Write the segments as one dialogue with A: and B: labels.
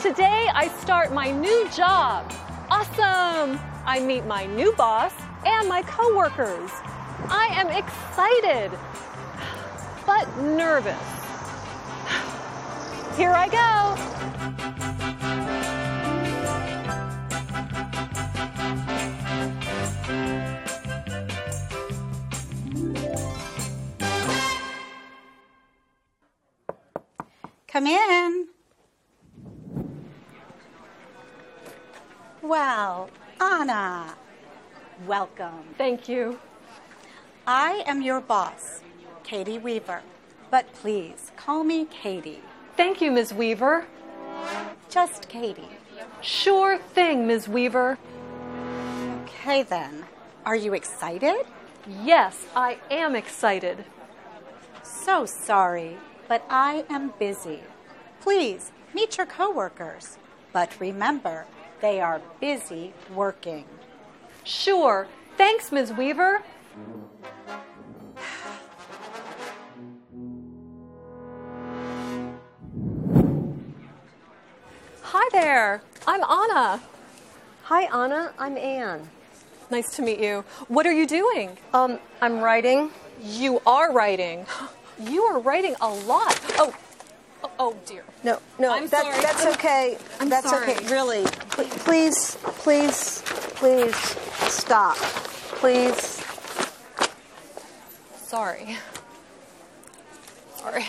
A: Today I start my new job. Awesome! I meet my new boss and my coworkers. I am excited, but nervous. Here I go.
B: Come in. Well, Anna, welcome.
A: Thank you.
B: I am your boss, Katie Weaver, but please call me Katie.
A: Thank you, Ms. Weaver.
B: Just Katie.
A: Sure thing, Ms. Weaver.
B: Okay then. Are you excited?
A: Yes, I am excited.
B: So sorry, but I am busy. Please meet your coworkers, but remember, they are busy working.
A: Sure. Thanks, Ms. Weaver. Hi there. I'm Anna.
C: Hi, Anna. I'm Anne.
A: Nice to meet you. What are you doing?
C: Um, I'm writing.
A: You are writing. You are writing a lot. Oh, oh, oh dear.
C: No, no,
A: I'm
C: that-
A: sorry.
C: that's
A: I'm-
C: okay.
A: I'm
C: that's
A: sorry.
C: okay. Really, P- please, please, please stop. Please.
A: Sorry. Sorry.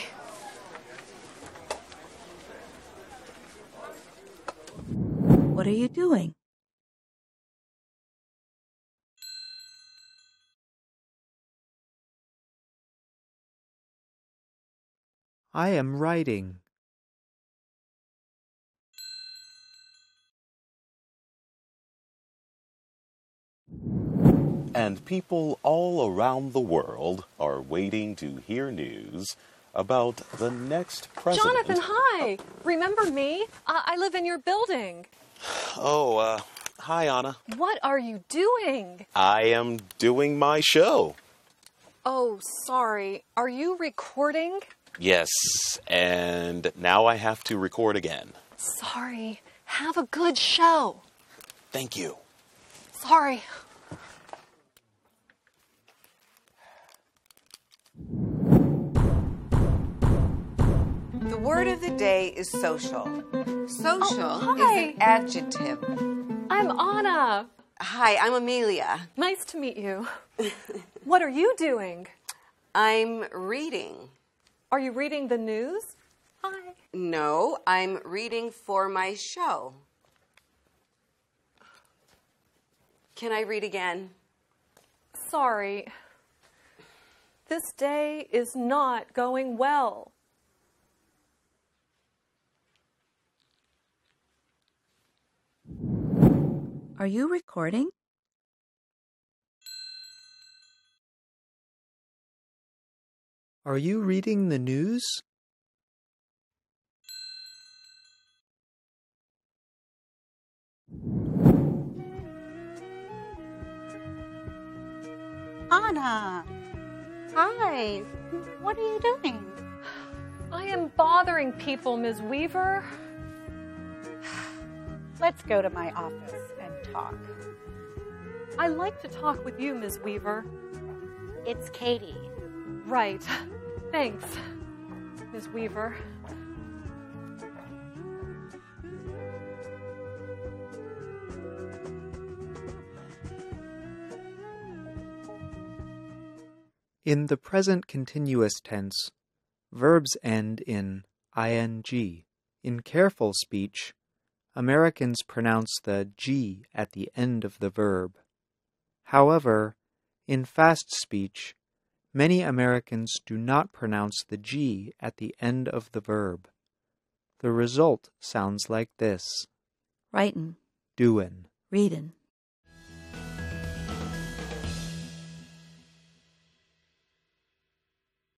D: What are you doing?
E: I am writing.
F: And people all around the world are waiting to hear news about the next president.
A: Jonathan, hi. Remember me? Uh, I live in your building.
F: Oh, uh, hi, Anna.
A: What are you doing?
F: I am doing my show.
A: Oh, sorry. Are you recording?
F: Yes, and now I have to record again.
A: Sorry. Have a good show.
F: Thank you.
A: Sorry.
G: The word of the day is social. Social
A: Oh, hi.
G: is an adjective.
A: I'm Anna.
H: Hi, I'm Amelia.
A: Nice to meet you. what are you doing?
H: I'm reading.
A: Are you reading the news? Hi.
H: No, I'm reading for my show. Can I read again?
A: Sorry. This day is not going well.
D: Are you recording?
E: Are you reading the news?
B: Anna. Hi. What are you doing?
A: I am bothering people, Ms. Weaver.
B: Let's go to my office and talk.
A: I like to talk with you, Ms. Weaver.
B: It's Katie.
A: Right. Thanks, Ms. Weaver.
E: In the present continuous tense, verbs end in ing. In careful speech, Americans pronounce the g at the end of the verb. However, in fast speech, many Americans do not pronounce the g at the end of the verb. The result sounds like this
D: Writin',
E: doin'.
D: readin',